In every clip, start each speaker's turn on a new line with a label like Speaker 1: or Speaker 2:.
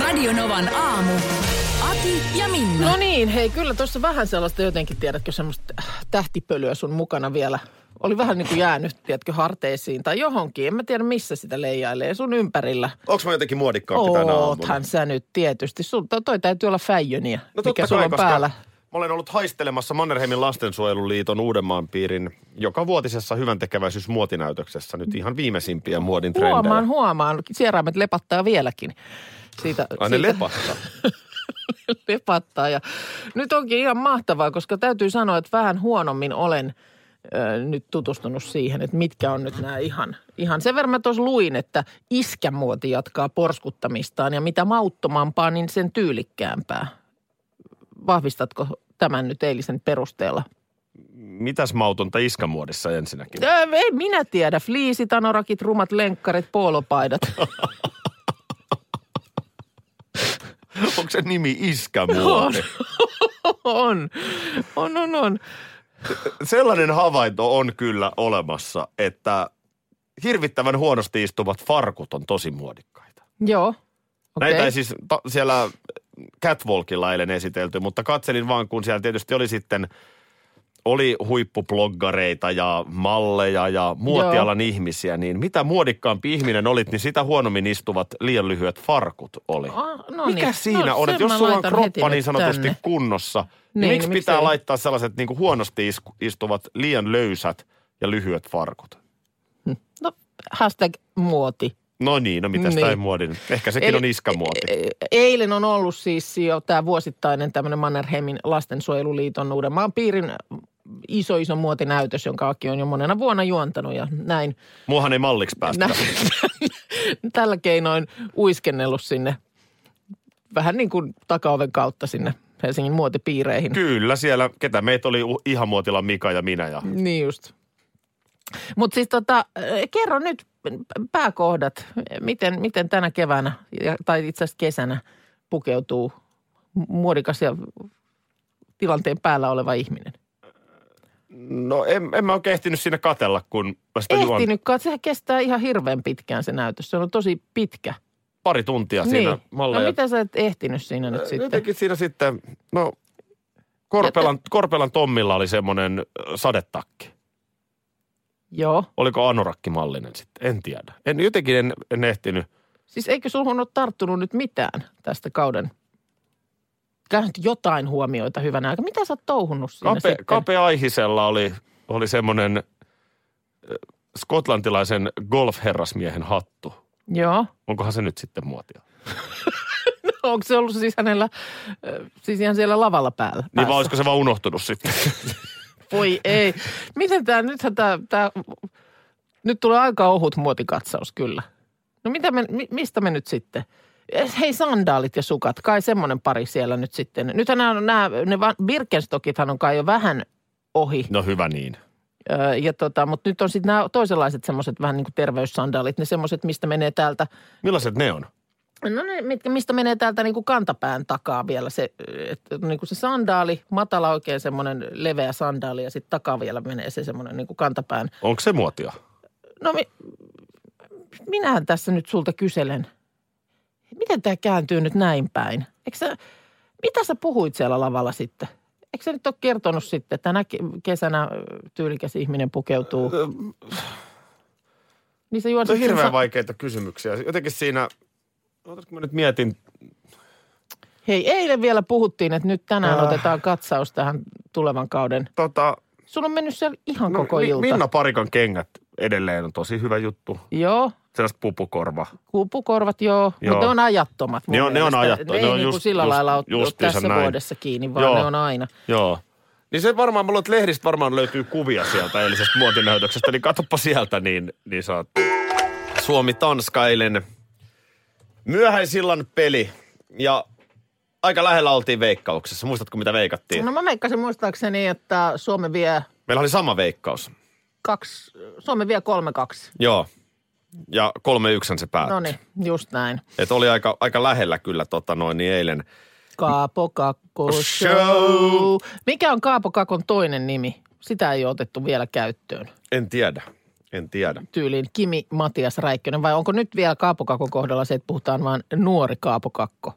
Speaker 1: Radionovan aamu. Ati ja Minna.
Speaker 2: No niin, hei, kyllä tuossa vähän sellaista jotenkin, tiedätkö, semmoista tähtipölyä sun mukana vielä. Oli vähän niin kuin jäänyt, tiedätkö, harteisiin tai johonkin. En mä tiedä, missä sitä leijailee sun ympärillä.
Speaker 3: Onks mä jotenkin muodikkaampi tänä aamuna?
Speaker 2: Oothan sä nyt tietysti. Sul, toi- toi täytyy olla fäijöniä,
Speaker 3: No totta
Speaker 2: mikä sulla
Speaker 3: kai,
Speaker 2: on
Speaker 3: koska
Speaker 2: päällä.
Speaker 3: Mä olen ollut haistelemassa Mannerheimin lastensuojeluliiton Uudenmaan piirin joka vuotisessa hyvän tekeväisyysmuotinäytöksessä. Nyt ihan viimeisimpiä muodin trendejä.
Speaker 2: Huomaan, huomaan. Sieraimet lepattaa vieläkin. Siitä,
Speaker 3: Ai ne
Speaker 2: siitä-
Speaker 3: lepattaa.
Speaker 2: lepattaa. Ja nyt onkin ihan mahtavaa, koska täytyy sanoa, että vähän huonommin olen ö, nyt tutustunut siihen, että mitkä on nyt nämä ihan. ihan. Sen verran mä tuossa luin, että iskämuoti jatkaa porskuttamistaan ja mitä mauttomampaa, niin sen tyylikkäämpää. Vahvistatko tämän nyt eilisen perusteella?
Speaker 3: Mitäs mautonta iskämuodissa ensinnäkin?
Speaker 2: Ö, ei minä tiedä. Fliisit, anorakit, rumat lenkkarit, poolopaidat.
Speaker 3: Onko se nimi iskämuoti?
Speaker 2: on, on, on, on.
Speaker 3: Sellainen havainto on kyllä olemassa, että hirvittävän huonosti istuvat farkut on tosi muodikkaita.
Speaker 2: Joo.
Speaker 3: Okay. Näitä
Speaker 2: Okei.
Speaker 3: ei siis ta- siellä catwalkilla eilen esitelty, mutta katselin vaan, kun siellä tietysti oli sitten, oli huippubloggareita ja malleja ja muotialan Joo. ihmisiä, niin mitä muodikkaampi ihminen olit, niin sitä huonommin istuvat liian lyhyet farkut oli.
Speaker 2: Ah, no
Speaker 3: Mikä
Speaker 2: niin.
Speaker 3: siinä
Speaker 2: No,
Speaker 3: on,
Speaker 2: sen
Speaker 3: että jos
Speaker 2: mä
Speaker 3: sulla on
Speaker 2: laitan
Speaker 3: kroppa
Speaker 2: heti
Speaker 3: niin
Speaker 2: nyt
Speaker 3: sanotusti
Speaker 2: tänne.
Speaker 3: kunnossa, niin,
Speaker 2: Niin,
Speaker 3: niin miksi
Speaker 2: miksi
Speaker 3: pitää
Speaker 2: ei?
Speaker 3: laittaa sellaiset niin kuin huonosti isku- istuvat liian löysät ja lyhyet farkut?
Speaker 2: No, hashtag muoti.
Speaker 3: No niin, no mitäs
Speaker 2: Niin.
Speaker 3: niin. tämä muodin? Ehkä sekin
Speaker 2: Eli-
Speaker 3: on iskamuoti.
Speaker 2: E- Eilen on ollut siis jo tämä vuosittainen tämmöinen Mannerheimin lastensuojeluliiton Uudenmaan piirin iso iso muotinäytös, jonka Aki on jo monena vuonna juontanut ja näin.
Speaker 3: Muahan ei malliksi päästä.
Speaker 2: nä- tällä keinoin uiskennellut sinne vähän niin kuin takaoven kautta sinne Helsingin muotipiireihin.
Speaker 3: Kyllä, siellä, ketä meitä oli U- Ihamuotila Mika ja minä ja
Speaker 2: Niin just. Mutta siis tota, eh, kerro nyt p- pääkohdat, eh, miten, miten tänä keväänä ja- tai itse asiassa kesänä pukeutuu mu- muodikas ja tilanteen päällä oleva ihminen.
Speaker 3: No en, en mä oikein ehtinyt siinä katella, kun mä sitä juon
Speaker 2: Ehtinyt, kat- sehän kestää ihan hirveän pitkään se näytös. Se on tosi pitkä.
Speaker 3: pari tuntia siinä
Speaker 2: niin. No
Speaker 3: malleja.
Speaker 2: mitä sä et ehtinyt siinä nyt sitten?
Speaker 3: Jotenkin siinä sitten, no Korpelan, Korpelan Tommilla oli semmoinen ö, sadetakki.
Speaker 2: Joo.
Speaker 3: Oliko anorakkimallinen sitten? En tiedä. En, jotenkin en, en ehtinyt.
Speaker 2: Siis eikö suhun ole tarttunut nyt mitään tästä kauden? Käy nyt jotain huomioita hyvänä aikaa. Mitä sä oot touhunnut siinä
Speaker 3: Kape,
Speaker 2: sitten?
Speaker 3: Kape Aihisella oli, oli semmoinen ö, skotlantilaisen golfherrasmiehen hattu.
Speaker 2: Joo.
Speaker 3: Onkohan se nyt sitten muotia? Niin
Speaker 2: Onko se ollut siis hänellä, ö, siis ihan siellä lavalla päällä?
Speaker 3: Niin
Speaker 2: päässä?
Speaker 3: vai olisiko se vaan unohtunut sitten?
Speaker 2: Voi ei. Miten tämä, nythän tämä, tää, nyt tulee aika ohut muotikatsaus kyllä. No mitä me, mi- mistä me nyt sitten? Eh, Hei sandaalit ja sukat, kai semmoinen pari siellä nyt sitten. Nythän nämä, nämä ne va- Birkenstockithan on kai jo vähän ohi.
Speaker 3: No hyvä niin.
Speaker 2: Öö, ja tota, mutta nyt on sitten nämä toisenlaiset semmoiset vähän niin kuin terveyssandaalit, ne semmoiset, mistä menee täältä
Speaker 3: Millaiset ne on?
Speaker 2: No ne, mitkä, mistä menee täältä niin kuin kantapään takaa vielä se, että niin kuin se sandaali, matala oikein semmoinen leveä sandaali ja sitten takaa vielä menee se semmoinen niin kuin kantapään.
Speaker 3: Onko se muotia?
Speaker 2: No mi, minähän tässä nyt sulta kyselen, miten tämä kääntyy nyt näin päin? Eikö sä, mitä sä puhuit siellä lavalla sitten? Eikö sä nyt ole kertonut sitten, että tänä ke- kesänä ö, tyylikäs ihminen pukeutuu? Niin se juonsit
Speaker 3: Se on
Speaker 2: sen
Speaker 3: no hirveän
Speaker 2: sa-
Speaker 3: vaikeita kysymyksiä. Jotenkin siinä, ootas, kun mä nyt mietin,
Speaker 2: Hei, eilen vielä puhuttiin, että nyt tänään
Speaker 3: Äh.
Speaker 2: otetaan katsaus tähän tulevan kauden
Speaker 3: tota,
Speaker 2: Sulla on mennyt siellä ihan
Speaker 3: no,
Speaker 2: koko
Speaker 3: Mi-
Speaker 2: ilta.
Speaker 3: Minna Parikan kengät edelleen on tosi hyvä juttu.
Speaker 2: Joo,
Speaker 3: Sellaista pupukorva.
Speaker 2: kupukorvat joo,
Speaker 3: Joo.
Speaker 2: mutta ne on ajattomat. mun
Speaker 3: Ne on- ne on
Speaker 2: mielestä.
Speaker 3: ajattomia.
Speaker 2: Ne ei
Speaker 3: Ne on
Speaker 2: niin kuin
Speaker 3: just-
Speaker 2: sillä
Speaker 3: just-
Speaker 2: lailla ole ole
Speaker 3: justiinsa
Speaker 2: tässä
Speaker 3: näin.
Speaker 2: vuodessa kiinni, vaan
Speaker 3: Joo.
Speaker 2: ne on aina.
Speaker 3: Joo. Niin se varmaan, mä luulen, että lehdistä varmaan löytyy kuvia sieltä eilisestä muotinäytöksestä, niin katoppa sieltä, niin, niin saat. Suomi-Tanska eilen myöhäisillan peli ja aika lähellä oltiin veikkauksessa. Muistatko, mitä veikattiin?
Speaker 2: No mä meikkasin muistaakseni, että Suomi vie
Speaker 3: Meillä oli sama veikkaus.
Speaker 2: kaksi, Suomi vie kolme kaksi.
Speaker 3: Joo. Ja kolme yksän se päättyi.
Speaker 2: No niin, just näin.
Speaker 3: Et oli aika, aika lähellä kyllä tota noin niin eilen.
Speaker 2: Kaapo Kakko
Speaker 3: Oh, Show.
Speaker 2: Show. Mikä on Kaapo Kakon toinen nimi? Sitä ei ole otettu vielä käyttöön.
Speaker 3: En tiedä, en tiedä.
Speaker 2: Tyyliin Kimi Matias Räikkönen. Vai onko nyt vielä Kaapo Kakon kohdalla se, että puhutaan vain nuori Kaapo Kakko?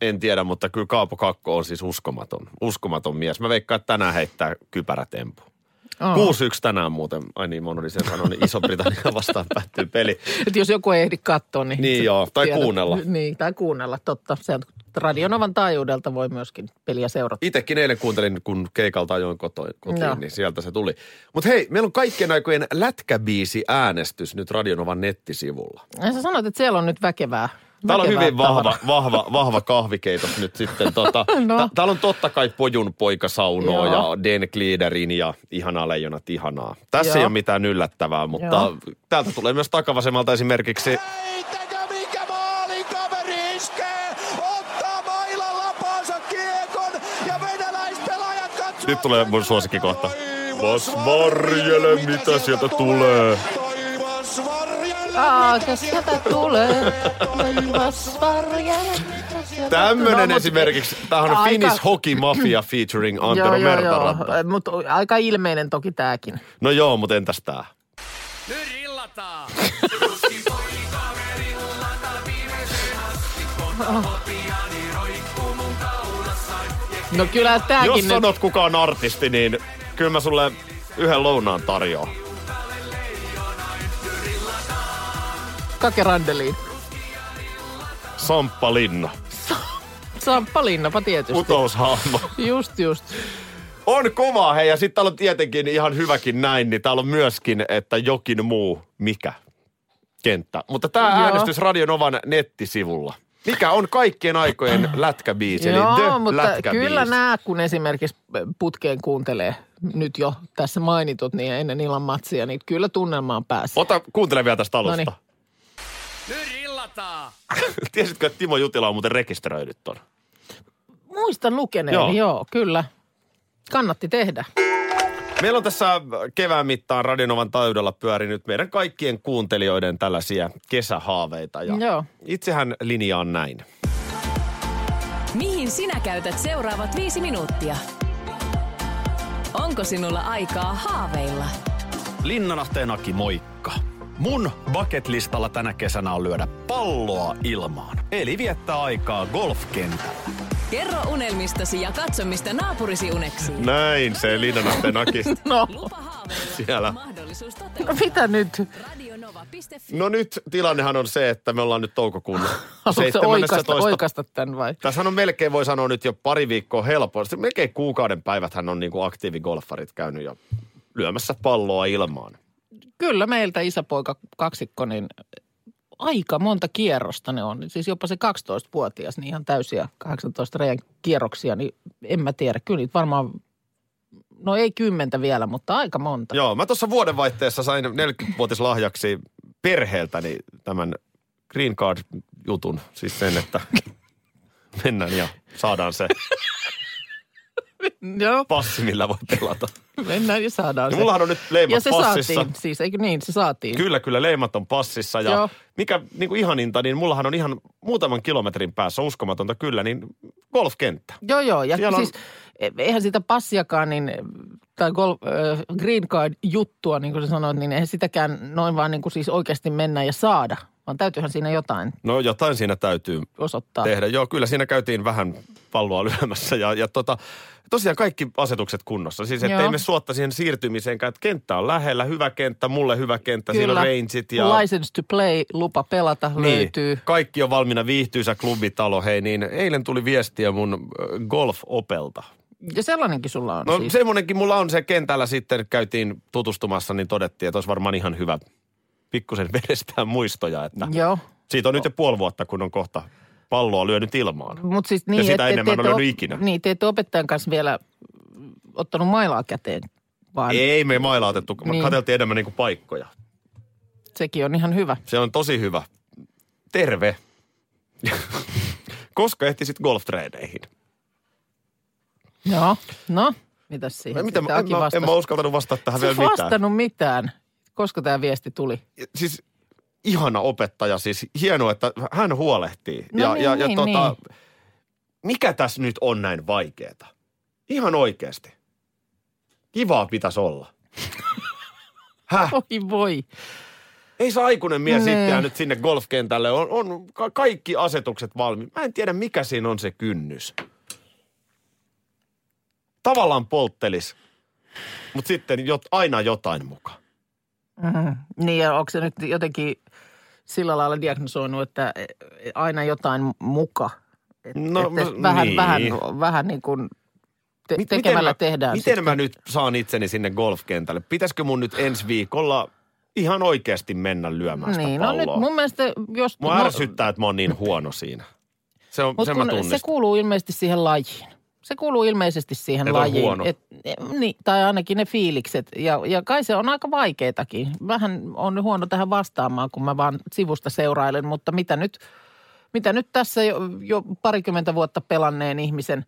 Speaker 3: En tiedä, mutta kyllä Kaapo Kakko on siis uskomaton, uskomaton mies. Mä veikkaan, että tänään heittää kypärätempu.
Speaker 2: Aa.
Speaker 3: 6-1 tänään muuten. Ai niin, mun oli sen sanonut, niin Iso-Britannia vastaan päättyy peli.
Speaker 2: Et jos joku ei ehdi katsoa, niin...
Speaker 3: Niin
Speaker 2: sä
Speaker 3: joo, tai kuunnella.
Speaker 2: Niin, tai kuunnella, totta. Se on Radionovan taajuudelta voi myöskin peliä seurata.
Speaker 3: Itekin eilen kuuntelin, kun keikalta ajoin koto, kotiin,
Speaker 2: Joo.
Speaker 3: niin sieltä se tuli. Mutta hei, meillä on kaikkien aikojen lätkäbiisi äänestys nyt Radionovan nettisivulla.
Speaker 2: Ja sä sanoit, että siellä on nyt väkevää.
Speaker 3: Täällä on
Speaker 2: väkevää
Speaker 3: hyvin vahva,
Speaker 2: tavaraa.
Speaker 3: vahva, vahva kahvikeitos nyt sitten. Tota,
Speaker 2: No.
Speaker 3: no. Täällä on totta kai Pojun poika Saunoa ja
Speaker 2: Joo.
Speaker 3: Den Gliederin ja Ihanaa leijona tihanaa. Tässä
Speaker 2: Joo.
Speaker 3: ei ole mitään yllättävää, mutta
Speaker 2: Joo.
Speaker 3: täältä tulee myös takavasemmalta esimerkiksi
Speaker 4: Heittäkö mikä maalin kaveri iskee, ottaa mailan lapansa kiekon ja venäläispelaajat katsovat.
Speaker 3: Nyt tulee mun suosikkikohta.
Speaker 4: Taivas
Speaker 3: varjele, mitä sieltä tulee.
Speaker 4: Taivas varjele,
Speaker 2: Aa,
Speaker 4: mitä
Speaker 2: se sieltä tulee. Taivas varjele, mitä sieltä
Speaker 3: tämmöinen
Speaker 2: No, mut-
Speaker 3: esimerkiksi. Tämähän on
Speaker 2: Aika-
Speaker 3: Finnish Hockey Mafia featuring Antero Mertaranta.
Speaker 2: Mutta aika ilmeinen toki tämäkin.
Speaker 3: No joo, mutta entäs tää?
Speaker 2: No kyllä tämäkin
Speaker 3: Jos
Speaker 2: nyt.
Speaker 3: sanot kuka on artisti, niin kyllä mä sulle yhden lounaan tarjoan.
Speaker 2: Kake Randeliin.
Speaker 3: Samppa Linna,
Speaker 2: Samppa Linnapa tietysti.
Speaker 3: utoushahmo.
Speaker 2: Just just.
Speaker 3: On kovaa, hei, ja sitten täällä on tietenkin ihan hyväkin näin, niin täällä on myöskin, että jokin muu, mikä kenttä. Mutta tämä
Speaker 2: Joo.
Speaker 3: äänestys Radionovan nettisivulla. Mikä on kaikkien aikojen lätkäbiisi, eli
Speaker 2: Joo,
Speaker 3: the
Speaker 2: mutta
Speaker 3: lätkäbiisi.
Speaker 2: kyllä nämä, kun esimerkiksi putkeen kuuntelee nyt jo tässä mainitut, niin ennen illan matsia, niin kyllä tunnelmaan pääsee.
Speaker 3: Ota, kuuntele vielä tästä alusta.
Speaker 2: Noniin.
Speaker 3: Tiesitkö, että Timo Jutila on muuten rekisteröinyt ton?
Speaker 2: Muistan lukeneeni,
Speaker 3: Joo.
Speaker 2: joo. joo, kyllä. Kannatti tehdä.
Speaker 3: Meillä on tässä kevään mittaan Radionovan taajuudella pyörinyt meidän kaikkien kuuntelijoiden tällaisia kesähaaveita. Ja
Speaker 2: Joo.
Speaker 3: Itsehän linjaan näin.
Speaker 1: Mihin sinä käytät seuraavat viisi minuuttia? Onko sinulla aikaa haaveilla?
Speaker 5: Linnanasteenaki moikka. Mun bucketlistalla tänä kesänä on lyödä palloa ilmaan, eli viettää aikaa golfkentällä.
Speaker 1: Kerro unelmistasi ja katso, mistä naapurisi uneksi.
Speaker 3: Näin se Linnanahteen Aki
Speaker 2: No,
Speaker 1: Lupa haaveilla.
Speaker 3: siellä.
Speaker 1: Mahdollisuus
Speaker 2: no
Speaker 1: toteutua.
Speaker 2: mitä nyt?
Speaker 1: Radionova.fi.
Speaker 3: No nyt tilannehan on se, että me ollaan nyt toukokuun
Speaker 2: Haluatko se
Speaker 3: 17.
Speaker 2: oikasta, oikasta tämän vai?
Speaker 3: Tässähän on melkein, voi sanoa nyt jo pari viikkoa helposti. Melkein kuukauden päiväthän on niin kuin aktiivigolfarit käynyt jo lyömässä palloa ilmaan.
Speaker 2: Kyllä meiltä isäpoika kaksikko, niin aika monta kierrosta ne on. Siis jopa se 12-vuotias, niin ihan täysiä 18 reiän kierroksia, niin en mä tiedä. Kyllä niitä varmaan, no ei kymmentä vielä, mutta aika monta.
Speaker 3: Joo, mä tuossa vuodenvaihteessa sain 40-vuotislahjaksi perheeltäni tämän Green Card-jutun. Siis sen, että mennään ja saadaan se
Speaker 2: Joo,
Speaker 3: passi, millä voi pelata.
Speaker 2: mennään ja saadaan
Speaker 3: Ja
Speaker 2: se.
Speaker 3: No, mullahan on nyt leimat
Speaker 2: ja se
Speaker 3: passissa.
Speaker 2: saatiin, siis eikö niin, se saatiin.
Speaker 3: Kyllä, kyllä, leimat on passissa ja
Speaker 2: Joo.
Speaker 3: mikä niin kuin ihaninta, niin mullahan on ihan muutaman kilometrin päässä, uskomatonta kyllä, niin golfkenttä.
Speaker 2: Joo, joo. Ja
Speaker 3: Siellä on-
Speaker 2: siis e- eihän sitä passiakaan, niin, tai gol, äh, green card-juttua, niin kuin sä sanoit, niin eihän sitäkään noin vaan niin kuin siis oikeasti mennä ja saada, vaan täytyyhän siinä jotain
Speaker 3: No jotain siinä täytyy
Speaker 2: osoittaa.
Speaker 3: tehdä. Joo, kyllä siinä käytiin vähän palloa lyömässä ja, ja tota, tosiaan kaikki asetukset kunnossa. Siis ettei
Speaker 2: Joo.
Speaker 3: me suotta siihen siirtymiseenkään, että kenttä on lähellä, hyvä kenttä, mulle hyvä kenttä, siellä on rangeit ja...
Speaker 2: License to play, lupa pelata niin. löytyy.
Speaker 3: Kaikki on valmiina viihtyisä klubitalo, hei niin eilen tuli viestiä mun ö, golf-opelta.
Speaker 2: Ja sellainenkin sulla on
Speaker 3: No
Speaker 2: siis.
Speaker 3: siis. semmoinenkin mulla on se kentällä sitten, käytiin tutustumassa, niin todettiin, että olisi varmaan ihan hyvä pikkusen vedestään muistoja, että
Speaker 2: Joo.
Speaker 3: siitä on nyt jo puoli vuotta, kun on kohta palloa lyönyt ilmaan.
Speaker 2: Mut siis niin,
Speaker 3: sitä
Speaker 2: et- et-
Speaker 3: ennen mä en
Speaker 2: et
Speaker 3: ole
Speaker 2: oo-
Speaker 3: lyönyt ikinä.
Speaker 2: Niin, te ette opettajan kanssa vielä ottanut mailaa käteen, vaan Ei.
Speaker 3: Ei me mailla otettu, me
Speaker 2: Niin.
Speaker 3: katseltiin enemmän niinku paikkoja.
Speaker 2: sekin on ihan hyvä.
Speaker 3: Se on tosi hyvä. Terve. Koska ehtisit golftreeneihin?
Speaker 2: Joo, no, mitäs siihen?
Speaker 3: Mitä,
Speaker 2: Mitä,
Speaker 3: mä-
Speaker 2: Aki
Speaker 3: en, mä, en
Speaker 2: vastasi?
Speaker 3: mä uskaltanut vastata tähän
Speaker 2: Sä
Speaker 3: vielä
Speaker 2: et
Speaker 3: mitään.
Speaker 2: vastannut mitään. Koska tämä viesti tuli?
Speaker 3: Siis ihana opettaja, siis hienoa, että hän huolehtii.
Speaker 2: No niin, niin,
Speaker 3: tota, Mikä tässä nyt on näin vaikeeta? Ihan oikeasti. Kivaa pitäisi olla. Häh?
Speaker 2: Oi voi.
Speaker 3: Ei se aikuinen mies
Speaker 2: Nee.
Speaker 3: itseään nyt sinne golfkentälle. On, on ka- kaikki asetukset valmiit. Mä en tiedä, mikä siinä on se kynnys. Tavallaan polttelis, mutta sitten jot, aina jotain mukaan.
Speaker 2: Niin ja onko se nyt jotenkin sillä lailla diagnosoinut, että e, aina jotain muka? Et,
Speaker 3: No,
Speaker 2: että
Speaker 3: mä-
Speaker 2: vähän,
Speaker 3: niin.
Speaker 2: vähän, vähän niin kuin te,
Speaker 3: Mit-
Speaker 2: tekemällä
Speaker 3: miten mä,
Speaker 2: tehdään
Speaker 3: Miten
Speaker 2: sitten.
Speaker 3: mä nyt saan itseni sinne golfkentälle? Pitäisikö mun nyt ensi viikolla ihan oikeasti mennä lyömään sitä
Speaker 2: Niin, no
Speaker 3: palloa?
Speaker 2: nyt mun mielestä jos...
Speaker 3: Mua ärsyttää, että mä oon niin huono siinä. Se on,
Speaker 2: Mut
Speaker 3: sen
Speaker 2: kun
Speaker 3: mä tunnistan.
Speaker 2: se kuuluu ilmeisesti siihen lajiin. Se kuuluu ilmeisesti siihen
Speaker 3: Et on
Speaker 2: lajiin.
Speaker 3: huono.
Speaker 2: Et, niin, tai ainakin ne fiilikset. Ja, ja kai se on aika vaikeitakin. Vähän on huono tähän vastaamaan, kun mä vaan sivusta seurailen. Mutta mitä nyt, mitä nyt tässä jo, jo parikymmentä vuotta pelanneen ihmisen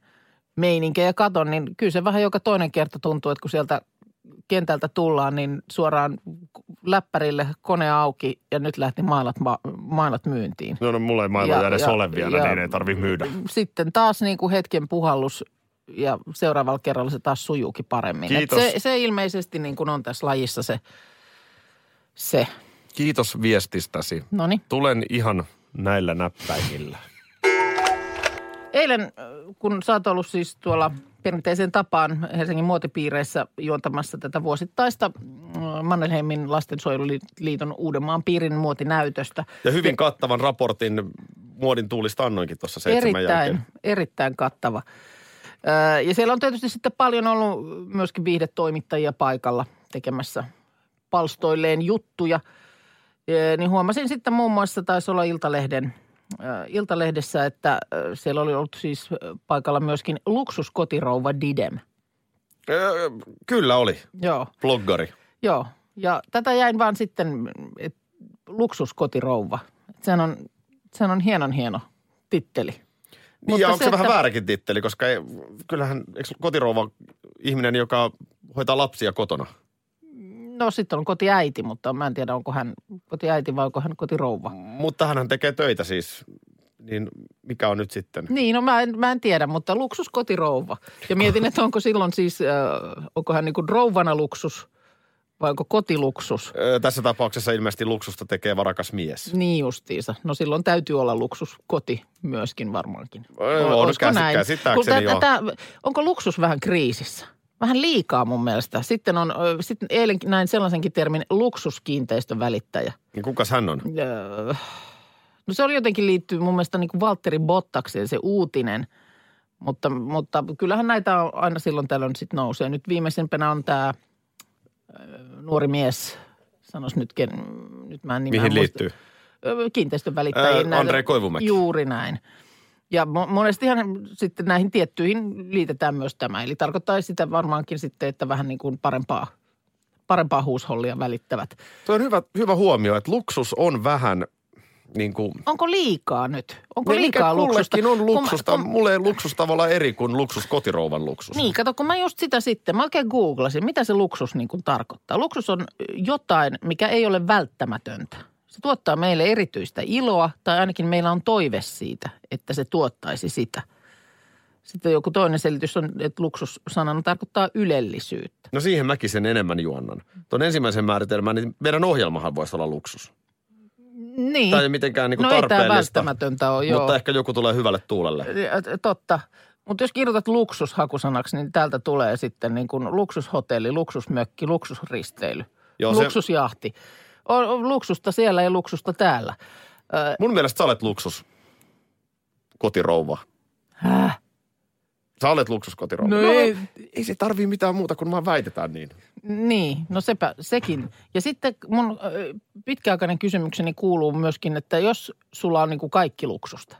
Speaker 2: meininkejä katon, niin kyllä se vähän joka toinen kerta tuntuu, että kun sieltä kentältä tullaan, niin suoraan läppärille kone auki ja nyt lähti mailat, ma- mailat myyntiin
Speaker 3: No, no mulla ei maailma
Speaker 2: Ja-
Speaker 3: edes
Speaker 2: ja-
Speaker 3: ole vielä,
Speaker 2: ja-
Speaker 3: niin ei tarvi myydä.
Speaker 2: sitten taas niin kuin hetken puhallus ja seuraavalla kerralla se taas sujuukin paremmin. Et
Speaker 3: Kiitos.
Speaker 2: Se, se ilmeisesti niin kuin on tässä lajissa se, se. No niin.
Speaker 3: Kiitos viestistäsi.
Speaker 2: Noniin.
Speaker 3: Tulen ihan näillä näppäimillä.
Speaker 2: Eilen, äh, kun sä oot ollut siis tuolla perinteiseen tapaan Helsingin muotipiireissä juontamassa tätä vuosittaista mm, Mannerheimin lastensuojeluliiton Uudenmaan piirin muotinäytöstä.
Speaker 3: Ja hyvin kattavan raportin muodin tuulista annoinkin tuossa seitsemän
Speaker 2: Erittäin,
Speaker 3: jälkeen.
Speaker 2: erittäin kattava. Öö, Ja siellä on tietysti sitten paljon ollut myöskin viihdetoimittajia paikalla tekemässä palstoilleen juttuja. Ee, Niin huomasin sitten muun muassa, taisi olla Iltalehden, ö, Iltalehdessä, että ö, siellä oli ollut siis ö, paikalla myöskin luksuskotirouva Didem.
Speaker 3: Öö, Kyllä oli,
Speaker 2: Joo,
Speaker 3: bloggari.
Speaker 2: joo. Ja tätä jäin vaan sitten, että luksuskotirouva. Et Sehän on, sehän on hienon hieno titteli.
Speaker 3: Niin,
Speaker 2: Mutta
Speaker 3: ja onko se,
Speaker 2: se,
Speaker 3: vähän
Speaker 2: että-
Speaker 3: vääräkin titteli, koska ei, kyllähän, eikö kotirouva ihminen, joka hoitaa lapsia kotona?
Speaker 2: No sitten on kotiäiti, mutta mä en tiedä onko hän kotiäiti vai onko hän kotirouva.
Speaker 3: Mutta hän tekee töitä siis, niin mikä on nyt sitten?
Speaker 2: Niin, no mä en, mä en tiedä, mutta luksus kotirouva. Ja mietin, että onko silloin siis, äh, onko hän niin kuin rouvana luksus vai onko kotiluksus.
Speaker 3: Öö, Tässä tapauksessa ilmeisesti luksusta tekee varakas mies.
Speaker 2: Niin justiinsa. No silloin täytyy olla luksus koti myöskin varmaankin.
Speaker 3: Voi olla,
Speaker 2: Olisiko
Speaker 3: käsi-
Speaker 2: näin?
Speaker 3: käsittääkseni
Speaker 2: Kun tä-
Speaker 3: joo.
Speaker 2: tätä- Onko luksus vähän kriisissä? Vähän liikaa mun mielestä. Sitten on, ö, sitten eilen näin sellaisenkin termin luksuskiinteistön välittäjä.
Speaker 3: Niin kukas hän on?
Speaker 2: Öö, No se oli jotenkin liittyy mun mielestä niin kuin Valtteri Bottakseen se uutinen. Mutta, mutta kyllähän näitä on aina silloin tällöin sitten nousee. Nyt viimeisimpänä on tämä nuori mies, sanois nyt, ken, nyt mä en nimeä
Speaker 3: Mihin
Speaker 2: muista.
Speaker 3: liittyy?
Speaker 2: Öö, Kiinteistön
Speaker 3: Öö,
Speaker 2: välittäjiin.
Speaker 3: Andrei Koivumäki.
Speaker 2: Juuri näin. Ja mo- monestihan sitten näihin tiettyihin liitetään myös tämä. Eli tarkoittaa sitä varmaankin sitten, että vähän niin kuin parempaa, parempaa huushollia välittävät.
Speaker 3: Tuo on hyvä, hyvä huomio, että luksus on vähän niin kuin...
Speaker 2: Onko liikaa nyt? Onko
Speaker 3: Niin, mikä
Speaker 2: liikaa luksusta?
Speaker 3: kullekin on
Speaker 2: Kun mä-
Speaker 3: luksusta.
Speaker 2: kun-
Speaker 3: Mulle ei luksus tavallaan eri kuin luksus kotirouvan luksus.
Speaker 2: Niin, kato, kun mä just sitä sitten, mä oikein googlasin, mitä se luksus niin kuin tarkoittaa. Luksus on jotain, mikä ei ole välttämätöntä. Se tuottaa meille erityistä iloa, tai ainakin meillä on toive siitä, että se tuottaisi sitä. Sitten joku toinen selitys on, että luksus sanana tarkoittaa ylellisyyttä.
Speaker 3: No siihen mäkin sen enemmän juonnan. Tuon ensimmäisen määritelmän, niin meidän ohjelmahan voisi olla luksus.
Speaker 2: Niin.
Speaker 3: Tai ei mitenkään niin kuin
Speaker 2: no ei
Speaker 3: tarpeellista.
Speaker 2: tämä välttämätöntä ole, joo.
Speaker 3: Mutta ehkä joku tulee hyvälle tuulelle.
Speaker 2: Ja, Totta. Mutta jos kirjoitat luksus hakusanaksi, niin täältä tulee sitten niin kuin luksushotelli, luksusmökki, luksusristeily,
Speaker 3: Joo,
Speaker 2: Joo,
Speaker 3: se-
Speaker 2: luksusjahti. On, on luksusta siellä ja luksusta täällä.
Speaker 3: Mun mielestä sä olet luksus kotirouva.
Speaker 2: Häh?
Speaker 3: Sä olet luksus kotirouva.
Speaker 2: No ei-
Speaker 3: ei se tarvii mitään muuta kuin vaan väitetään niin.
Speaker 2: Niin, no sepä, sekin. Ja sitten mun ö, pitkäaikainen kysymykseni kuuluu myöskin, että jos sulla on niin kuin kaikki luksusta,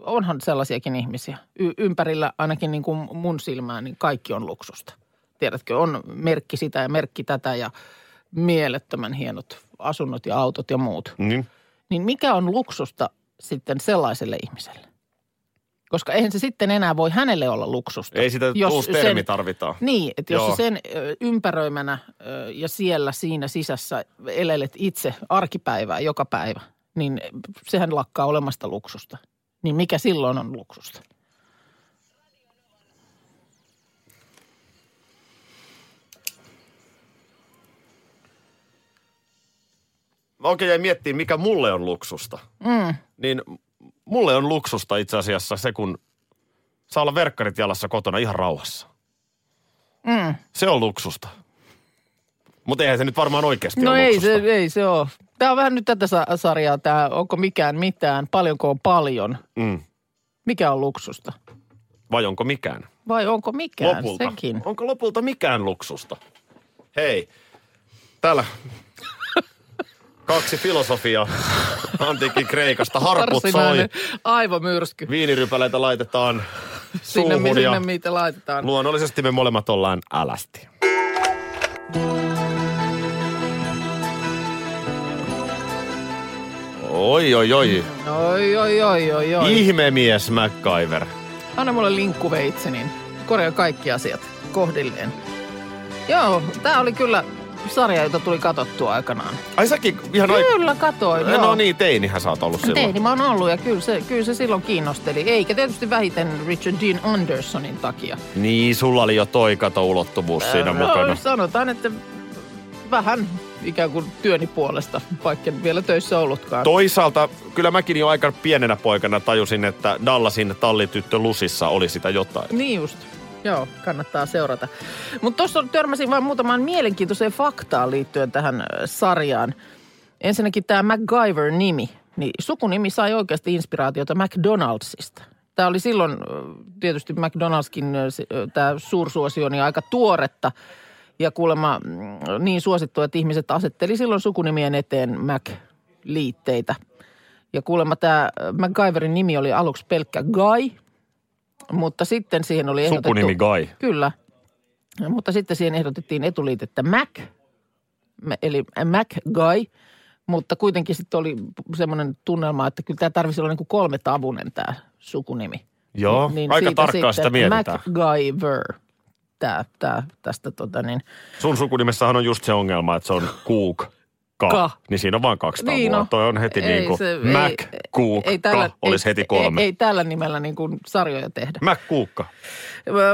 Speaker 2: onhan sellaisiakin ihmisiä. Y- ympärillä ainakin niin kuin mun silmään, niin kaikki on luksusta. Tiedätkö, on merkki sitä ja merkki tätä ja mielettömän hienot asunnot ja autot ja muut.
Speaker 3: Niin.
Speaker 2: Niin mikä on luksusta sitten sellaiselle ihmiselle. Koska eihän se sitten enää voi hänelle olla luksusta.
Speaker 3: Ei sitä uusi termi tarvitaan.
Speaker 2: Niin, että jos
Speaker 3: Joo.
Speaker 2: sä sen ö, ympäröimänä ö, ja siellä siinä sisässä elelet itse arkipäivää joka päivä, niin sehän lakkaa olemasta luksusta. Niin mikä silloin on luksusta?
Speaker 3: Mä oikein jäin miettimään, mikä mulle on luksusta. Mm. Niin m- mulle on luksusta itse asiassa se, kun saa olla verkkarit jalassa kotona ihan rauhassa. Mm. Se on luksusta. Mutta eihän se nyt varmaan oikeasti
Speaker 2: No
Speaker 3: ole
Speaker 2: ei se,
Speaker 3: luksusta.
Speaker 2: ei se ole. Tämä on vähän nyt tätä sa- sarjaa, tämä onko mikään mitään, paljonko on paljon.
Speaker 3: Mm.
Speaker 2: Mikä on luksusta?
Speaker 3: Vai onko mikään?
Speaker 2: Vai onko mikään
Speaker 3: lopulta.
Speaker 2: sekin?
Speaker 3: Onko lopulta mikään luksusta? Hei, täällä kaksi filosofiaa antiikin Kreikasta. Harput soi,
Speaker 2: Varsinainen aivomyrsky.
Speaker 3: viinirypäleitä laitetaan
Speaker 2: Sinne,
Speaker 3: suuhun
Speaker 2: sinne
Speaker 3: ja
Speaker 2: mitä laitetaan.
Speaker 3: luonnollisesti me molemmat ollaan älästi. Oi, oi, oi.
Speaker 2: Oi, oi, oi, oi, oi.
Speaker 3: Ihmemies MacGyver.
Speaker 2: Anna mulle linkkuveitsi, niin korjaa kaikki asiat kohdilleen. Joo, tää oli kyllä sarja, jota tuli katottua aikanaan.
Speaker 3: Ai säkin ihan aik-
Speaker 2: Kyllä katoin, joo.
Speaker 3: No niin, teinihän sä oot ollut silloin.
Speaker 2: Teini mä oon ollut ja kyllä se, kyllä se silloin kiinnosteli. Eikä tietysti vähiten Richard Dean Andersonin takia.
Speaker 3: Niin, sulla oli jo toi kato-ulottuvuus siinä mukana.
Speaker 2: No, sanotaan, että vähän ikään kuin työni puolesta, vaikka en vielä töissä ollutkaan.
Speaker 3: Toisaalta kyllä mäkin jo aika pienenä poikana tajusin, että Dallasin tallityttö Lusissa oli sitä jotain.
Speaker 2: Niin just. Joo, kannattaa seurata. Mutta tuossa törmäsin vain muutamaan mielenkiintoiseen faktaan liittyen tähän ö, sarjaan. Ensinnäkin tämä MacGyver-nimi. Niin sukunimi sai oikeasti inspiraatiota McDonaldsista. Tämä oli silloin ö, tietysti McDonaldskin tämä suursuosio niin aika tuoretta ja kuulemma mm, niin suosittu, että ihmiset asetteli silloin sukunimien eteen Mac-liitteitä. Ja kuulemma tämä MacGyverin nimi oli aluksi pelkkä Guy, mutta sitten siihen oli ehdotettu...
Speaker 3: Sukunimi Guy.
Speaker 2: Kyllä. Mutta sitten siihen ehdotettiin etuliitettä Mac, mä- eli Mac Guy, mutta kuitenkin sitten oli semmoinen tunnelma, että kyllä tämä tarvisi olla niin kuin kolme tavunen tämä sukunimi.
Speaker 3: Joo, niin aika tarkkaan sitä mietitään.
Speaker 2: MacGyver, tää, tää, tästä tota niin.
Speaker 3: Sun sukunimessahan on just se ongelma, että se on Cook. Ka.
Speaker 2: Ka.
Speaker 3: Niin siinä on vaan kaksi taulua.
Speaker 2: Niin, no.
Speaker 3: Toi on heti
Speaker 2: Ei
Speaker 3: niin kuin
Speaker 2: se- ei-
Speaker 3: Mac, Cook, Ka. Olisi
Speaker 2: ei,
Speaker 3: heti kolme.
Speaker 2: Ei, ei tällä nimellä niin kuin sarjoja tehdä.
Speaker 3: Mac, Kuukka.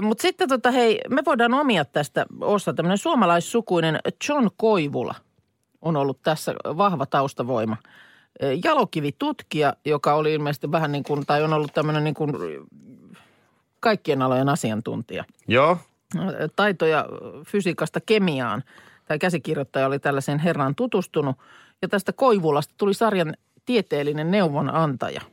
Speaker 2: Mutta sitten tota, hei, me voidaan omia tästä osa. Tämmöinen suomalaissukuinen John Koivula on ollut tässä vahva taustavoima. Ö, Jalokivitutkija, joka oli ilmeisesti vähän niin kuin, tai on ollut tämmöinen niin kuin ö, kaikkien alojen asiantuntija.
Speaker 3: Joo.
Speaker 2: Ö, Taitoja ö, fysiikasta kemiaan. Tämä käsikirjoittaja oli tällaisen herran tutustunut. Ja tästä Koivulasta tuli sarjan tieteellinen neuvonantaja –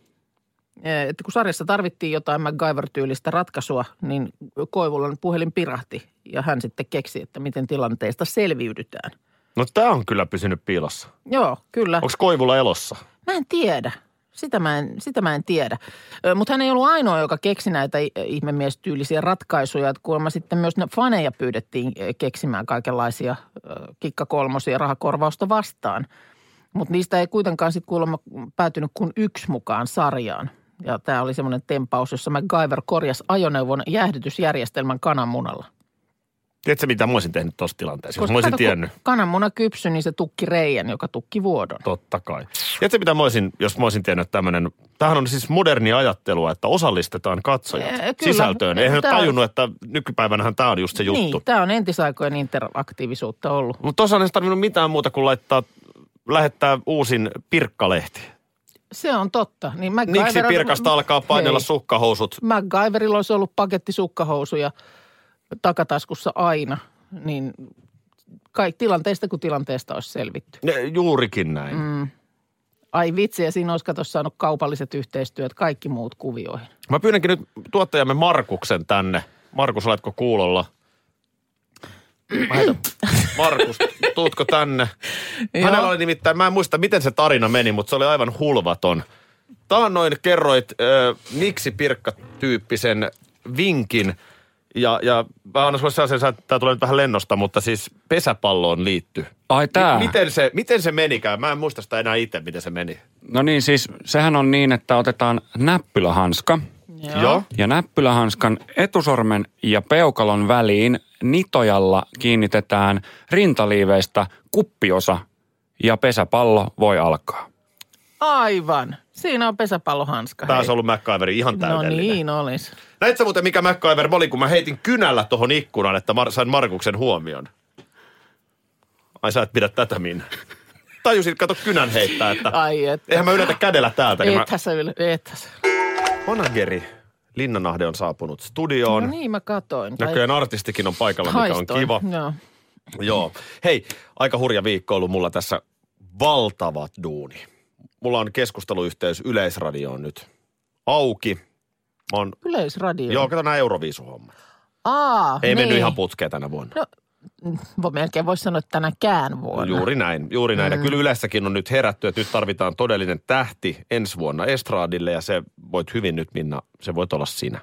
Speaker 2: Eh, että kun sarjassa tarvittiin jotain MacGyver-tyylistä ratkaisua, niin Koivulan puhelin pirahti ja hän sitten keksi, että miten tilanteesta selviydytään.
Speaker 3: No tää on kyllä pysynyt piilossa.
Speaker 2: Joo, kyllä.
Speaker 3: Onko Koivulla elossa?
Speaker 2: Mä en tiedä. Sitä mä en, sitä mä en tiedä. Mutta hän ei ollut ainoa, joka keksi näitä i- ihmemiestyylisiä ratkaisuja. Et kuulemma sitten myös ne faneja pyydettiin ö, keksimään kaikenlaisia ö, kikkakolmosia rahakorvausta vastaan. Mutta niistä ei kuitenkaan sitten kuulemma päätynyt kuin yksi mukaan sarjaan. Ja tämä oli semmoinen tempaus, jossa MacGyver korjasi ajoneuvon jäähdytysjärjestelmän kananmunalla.
Speaker 3: Tiedätkö mitä mä olisin tehnyt tuossa tilanteessa? Jos mä
Speaker 2: kato,
Speaker 3: olisin
Speaker 2: kun
Speaker 3: tiennyt.
Speaker 2: kananmuna kypsy, niin se tukki reijän, joka tukki vuodon.
Speaker 3: Totta kai. Tiedätkö mitä mä olisin, jos mä olisin tiennyt tämmöinen, tämähän on siis moderni ajattelua, että osallistetaan katsojat
Speaker 2: Eh, kyllä.
Speaker 3: sisältöön.
Speaker 2: Tää
Speaker 3: Eihän tämä...
Speaker 2: on-
Speaker 3: tajunnut, että nykypäivänähän tämä on just se juttu.
Speaker 2: Niin, tämä on entisaikojen interaktiivisuutta ollut.
Speaker 3: Mutta tuossa ei tarvinnut mitään muuta kuin laittaa, lähettää uusin pirkkalehti.
Speaker 2: Se on totta. Niin MacGyver-
Speaker 3: Miksi pirkasta alkaa painella
Speaker 2: Hei.
Speaker 3: sukkahousut?
Speaker 2: MacGyverilla olisi ollut paketti sukkahousuja takataskussa aina, niin kai tilanteesta kuin tilanteesta olisi selvitty.
Speaker 3: Ne, juurikin näin. Mm.
Speaker 2: Ai vitsi, ja siinä olisi kato saanut kaupalliset yhteistyöt, kaikki muut kuvioihin.
Speaker 3: Mä pyydänkin nyt tuottajamme Markuksen tänne. Markus, oletko kuulolla? Mä heitän- Markus, tuutko tänne? Hänellä oli nimittäin, mä en muista miten se tarina meni, mutta se oli aivan hulvaton. Taannoin kerroit äh, miksi Pirkka-tyyppisen vinkin, ja, ja mä annan sulle sellaisen, että tämä tulee nyt vähän lennosta, mutta siis pesäpalloon liittyy.
Speaker 5: Ai
Speaker 3: Mi- miten, se, miten se menikään? Mä en muista sitä enää itse, miten se meni.
Speaker 6: No niin, siis sehän on niin, että otetaan näppylähanska
Speaker 3: Joo. Joo.
Speaker 6: ja näppylähanskan etusormen ja peukalon väliin nitojalla kiinnitetään rintaliiveistä kuppiosa ja pesäpallo voi alkaa.
Speaker 2: Aivan. Siinä on pesäpallohanska.
Speaker 3: Tämä
Speaker 2: hei.
Speaker 3: olisi ollut MacGyver ihan
Speaker 2: No
Speaker 3: täydellinen.
Speaker 2: niin olisi.
Speaker 3: Näit sä muuten, mikä MacGyver mä olin, kun mä heitin kynällä tohon ikkunaan, että mar- sain Markuksen huomion? Ai sä et pidä tätä minä. Tajusin, kato kynän heittää, että
Speaker 2: Ai että.
Speaker 3: eihän mä ylitä kädellä täältä. Niin mä...
Speaker 2: Ethän sä yle, ethän sä.
Speaker 3: Manageri Linnanahde on saapunut studioon.
Speaker 2: No niin, mä katoin. Tai
Speaker 3: Näköjään artistikin on paikalla, mikä on
Speaker 2: haistoin.
Speaker 3: kiva.
Speaker 2: Joo.
Speaker 3: Joo. Hei, aika hurja viikko ollut mulla tässä valtava duuni. Mulla on keskusteluyhteys Yleisradioon nyt auki. Mä oon,
Speaker 2: Yleisradio.
Speaker 3: joo, kato nämä Euroviisuhommat.
Speaker 2: Aa,
Speaker 3: Ei
Speaker 2: niin.
Speaker 3: mennyt ihan putkeen tänä vuonna.
Speaker 2: Vo- Melkein voisi sanoa, että tänäkään vuonna.
Speaker 3: Juuri näin, juuri näin. Mm. Ja kyllä Ylessäkin on nyt herätty, että nyt tarvitaan todellinen tähti ensi vuonna Estraadille ja se voit hyvin nyt Minna, se voit olla sinä.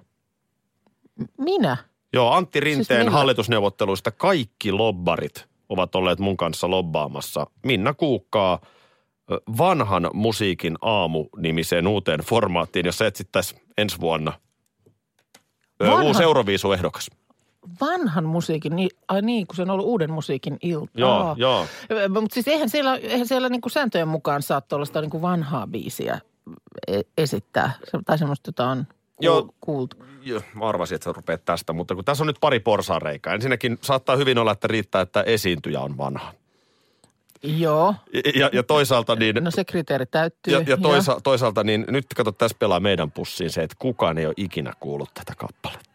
Speaker 2: Minä?
Speaker 3: Joo, Antti Rinteen
Speaker 2: Minna?
Speaker 3: siis hallitusneuvotteluista kaikki lobbarit ovat olleet mun kanssa lobbaamassa. Minna Kuukkaa ö, vanhan musiikin aamu-nimiseen uuteen formaattiin, jossa etsittäisiin ensi vuonna ö,
Speaker 2: Vanha?
Speaker 3: uusi Euroviisuehdokas.
Speaker 2: Vanhan musiikin, niin, ai niin, kun se on ollut uuden musiikin ilta.
Speaker 3: Joo, joo.
Speaker 2: Mutta siis eihän siellä, eihän siellä niinku sääntöjen mukaan saa tuollaista niinku vanhaa biisiä e- esittää. Se, tai semmoista, jota on kuul-
Speaker 3: Joo.
Speaker 2: kuultu.
Speaker 3: Joo, Mä arvasin, että sä rupeat tästä, mutta kun tässä on nyt pari porsaanreikää. Ensinnäkin saattaa hyvin olla, että riittää, että esiintyjä on vanha.
Speaker 2: Joo,
Speaker 3: Ja, ja toisaalta niin...
Speaker 2: no se kriteeri täyttyy.
Speaker 3: ja, ja toisa, toisaalta niin, nyt kato, tässä pelaa meidän pussiin se, että kukaan ei ole ikinä kuullut tätä kappaletta.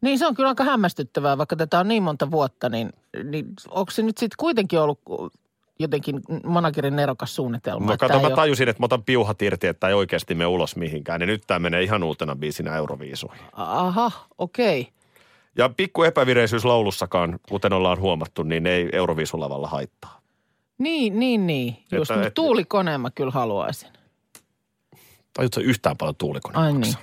Speaker 2: Niin se on kyllä aika hämmästyttävää, vaikka tätä on niin monta vuotta, niin, niin onko se nyt sitten kuitenkin ollut jotenkin managerin nerokas suunnitelma?
Speaker 3: Mä
Speaker 2: että
Speaker 3: No kato,
Speaker 2: ei
Speaker 3: mä
Speaker 2: ole-
Speaker 3: tajusin, että mä otan piuhat irti, että ei oikeasti me ulos mihinkään. Ja nyt tämä menee ihan uutena biisinä Euroviisuihin.
Speaker 2: Aha, okei.
Speaker 3: Ja pikku epävireisyys laulussakaan, kuten ollaan huomattu, niin ei Euroviisulavalla haittaa.
Speaker 2: Niin, niin, niin. Just,
Speaker 3: Että-
Speaker 2: että, Tuuli Koneen mä kyllä haluaisin.
Speaker 3: Tajutko sä yhtään paljon tuulikone?
Speaker 2: Ai niin.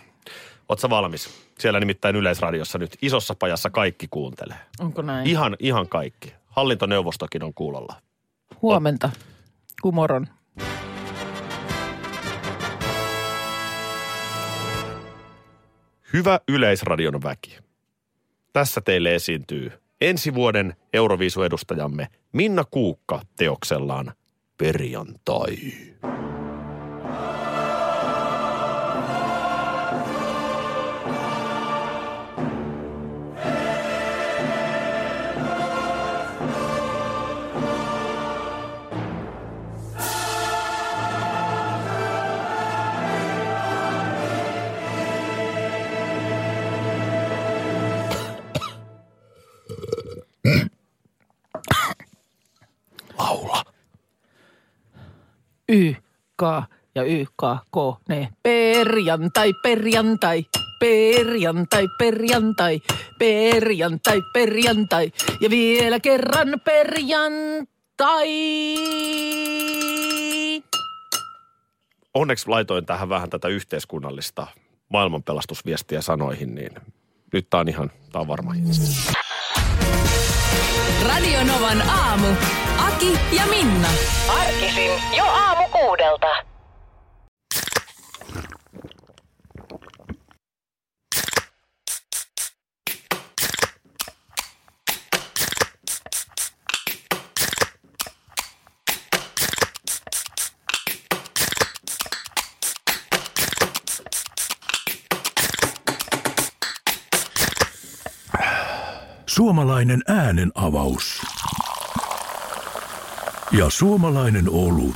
Speaker 3: Oot sä valmis? Siellä nimittäin Yleisradiossa nyt isossa pajassa kaikki kuuntelee.
Speaker 2: Onko näin?
Speaker 3: Ihan, ihan kaikki. Hallintoneuvostokin on kuulolla.
Speaker 2: Huomenta. Kumoron.
Speaker 3: Hyvä Yleisradion väki. Tässä teille esiintyy ensi vuoden Euroviisuedustajamme Minna Kuukka teoksellaan Perjantai. Laula.
Speaker 2: Y, K ja Y, K, K, ne. Perjantai, perjantai, perjantai, perjantai, perjantai, perjantai ja vielä kerran perjantai.
Speaker 3: Onneksi laitoin tähän vähän tätä yhteiskunnallista maailmanpelastusviestiä sanoihin, niin nyt tää on ihan, tää on varma hitsi.
Speaker 1: Radio Novan aamu. Aki ja Minna.
Speaker 7: Arkisin jo aamu kuudelta.
Speaker 8: Suomalainen äänen avaus. Ja suomalainen olut.